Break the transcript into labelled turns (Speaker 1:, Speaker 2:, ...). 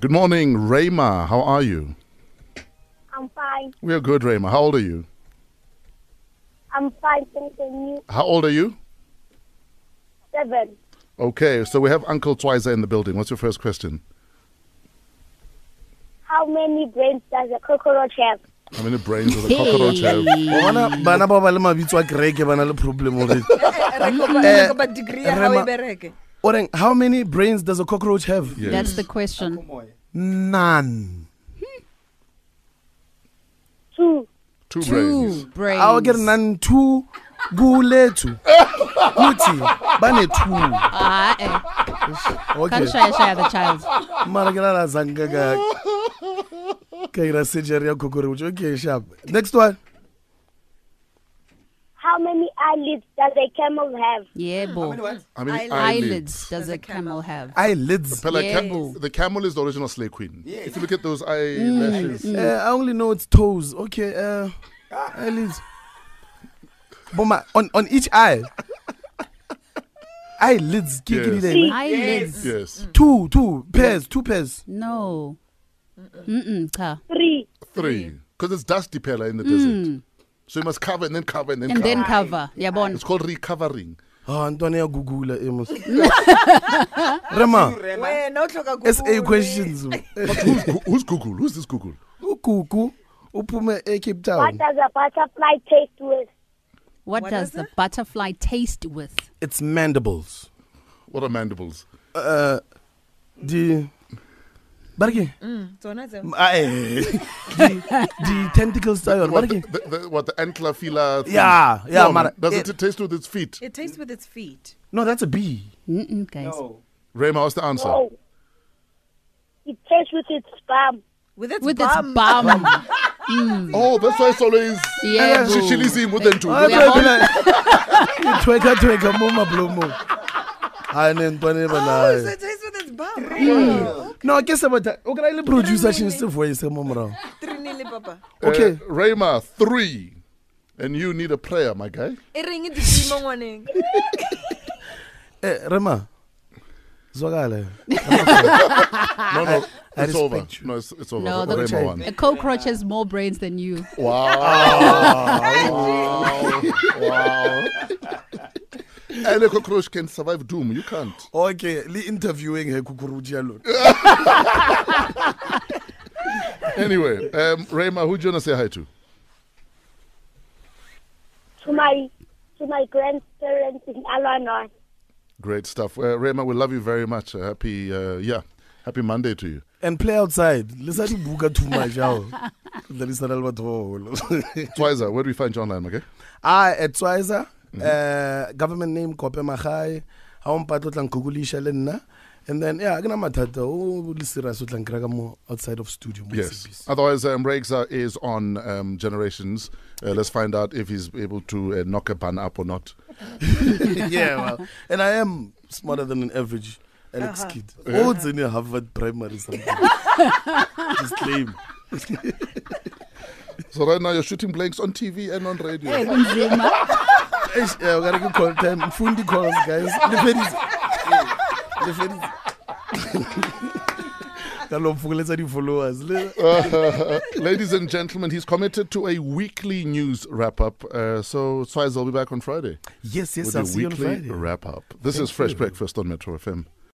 Speaker 1: Good morning, Rayma. How are you?
Speaker 2: I'm fine.
Speaker 1: We are good, Rayma. How old are you?
Speaker 2: I'm fine. Thank you.
Speaker 1: How old are you?
Speaker 2: Seven.
Speaker 1: Okay, so we have Uncle Twizer in the building. What's your first question?
Speaker 2: How many brains does a cockroach have?
Speaker 1: How many brains does a cockroach have?
Speaker 3: Wa bona bana ba ba le mabitso a kereke ba na le problem already
Speaker 4: Re kopa-
Speaker 3: Eh,
Speaker 4: re kopa degree ya hao e
Speaker 3: Rema-
Speaker 4: bereke.
Speaker 3: Oreng, how many brains does a cockroach have
Speaker 1: Yes.
Speaker 5: That's the question.
Speaker 3: none
Speaker 2: Two.
Speaker 1: two, brains.
Speaker 5: Two brains.
Speaker 3: I'll get none two kulethu kuthi bane two
Speaker 5: Ah, eh. Can't
Speaker 3: okay
Speaker 5: shy, shy the child.
Speaker 3: mara ke lala zanka ka ka ira surgery ya cockroach okay sharp next one
Speaker 2: How many eyelids does a camel have?
Speaker 5: Yeah, bo.
Speaker 1: How many eyelids?
Speaker 5: Eyelids does a camel have?
Speaker 3: eyelids
Speaker 1: But like,
Speaker 5: Yes.
Speaker 1: cam- the camel is the original slay queen. If you look at those eyelashes,
Speaker 3: Uh, I only know it's toes. Okay, uh, eyelids. Boma, on, on each eye. eyelids. Yes.
Speaker 1: Yes.
Speaker 5: Eyelids.
Speaker 1: yes,
Speaker 3: Two, two pairs, two pairs.
Speaker 5: No. Mm-mm, cha.
Speaker 2: Three.
Speaker 1: three. Because it's dusty pella in the desert, so you must cover and then cover and then
Speaker 5: And
Speaker 1: cover.
Speaker 5: then cover. Yabon.
Speaker 1: it's called recovering.
Speaker 3: Oh, Antonia Gugula, Amos. Rema,
Speaker 4: Wena o hloka
Speaker 3: SA
Speaker 4: Google.
Speaker 3: questions.
Speaker 1: Who's, Gu- who's Google? Who's this Google?
Speaker 3: Ukuku, Upume, eh, Cape
Speaker 2: What does
Speaker 3: Town.
Speaker 2: a butterfly taste with?
Speaker 5: What, does the butterfly taste with?
Speaker 3: It's mandibles.
Speaker 1: What are mandibles?
Speaker 3: Uh, the. Barke.
Speaker 4: Tsona tseo.
Speaker 3: Ah, Aye. the, the tentacles. tsa yona.
Speaker 1: What
Speaker 3: Ba
Speaker 1: the,
Speaker 3: re ke-
Speaker 1: the, the, what the antlerfila? thing?
Speaker 3: Yeah, yeah,
Speaker 1: No,
Speaker 3: mara-
Speaker 1: Doesn't
Speaker 3: it-
Speaker 1: it, taste with its feet?
Speaker 4: It tastes with its feet.
Speaker 3: No, that's a bee.
Speaker 5: Mm-mm, guys.
Speaker 1: Rayma, what's the answer?
Speaker 2: Oh. It tastes with its bum.
Speaker 4: With its
Speaker 5: With
Speaker 4: bum.
Speaker 5: its bum.
Speaker 1: Oh, that's why it's always
Speaker 5: Yeah,
Speaker 1: she,
Speaker 5: boo.
Speaker 1: she leaves him with them Uh, two.
Speaker 3: Ah,
Speaker 5: We are
Speaker 3: twe- twe- tweka tweka mo mablomong a ne ntwane
Speaker 4: Oh, so
Speaker 3: banae
Speaker 4: it tastes with its bum. Mm.
Speaker 3: no ke sebata o kry le producer she se voice mo morago
Speaker 4: Trinile papa.
Speaker 3: okay
Speaker 1: Uh, Rayma, three. And you need a prayer, my guy.
Speaker 4: E reng e dimo ngwaneng.
Speaker 3: Eh, rema zwakale
Speaker 1: No, no,
Speaker 3: I
Speaker 1: it's over.
Speaker 3: respect you.
Speaker 1: No, it's, it's over.
Speaker 5: No, the,
Speaker 1: Rayma won.
Speaker 5: a cockroach has more brains than you.
Speaker 1: Wow. wow. wow. And a cockroach can survive doom. You can't.
Speaker 3: okay le interviewing her kukuruji ya lona
Speaker 1: Anyway, um, Rayma, who do you want to say hi to?
Speaker 2: To my to my grandparents in Alana.
Speaker 1: Great stuff. Uh, Rayma, we love you very much. Uh, happy, uh, yeah, happy Monday to you.
Speaker 3: and play outside le sa di buka too much ao le di sana le batho ba bagolo
Speaker 1: Twizer, where do we find you online, okay?
Speaker 3: a at Twiza, uh, Ah, government name kope magai ha o mpatla o tla nkukulisha le nna and then yeah ke na mathata o le serious o tla nkraka mo outside of studio mo
Speaker 1: Yes.
Speaker 3: SABC.
Speaker 1: Otherwise, um, Rexa is on um, Generations. Uh, let's find out if he's able to uh, knock a ban up or not.
Speaker 3: yeah well and i am smarter than an average alex kid odds in a harvard primary something just claim
Speaker 1: So right now you're shooting blanks on TV and on radio.
Speaker 3: Eish, eh, yeah, we gotta go call time mfundi calls guys lefedis lefedis ka lo mfokoletsa di-followers le
Speaker 1: Ladies and gentlemen, he's committed to a weekly news wrap up. Uh, so Swiz will be back on Friday
Speaker 3: yes yes
Speaker 1: with
Speaker 3: i'll
Speaker 1: a
Speaker 3: see you on
Speaker 1: weekly
Speaker 3: friday
Speaker 1: wrap up. This is Fresh Breakfast on Metro FM.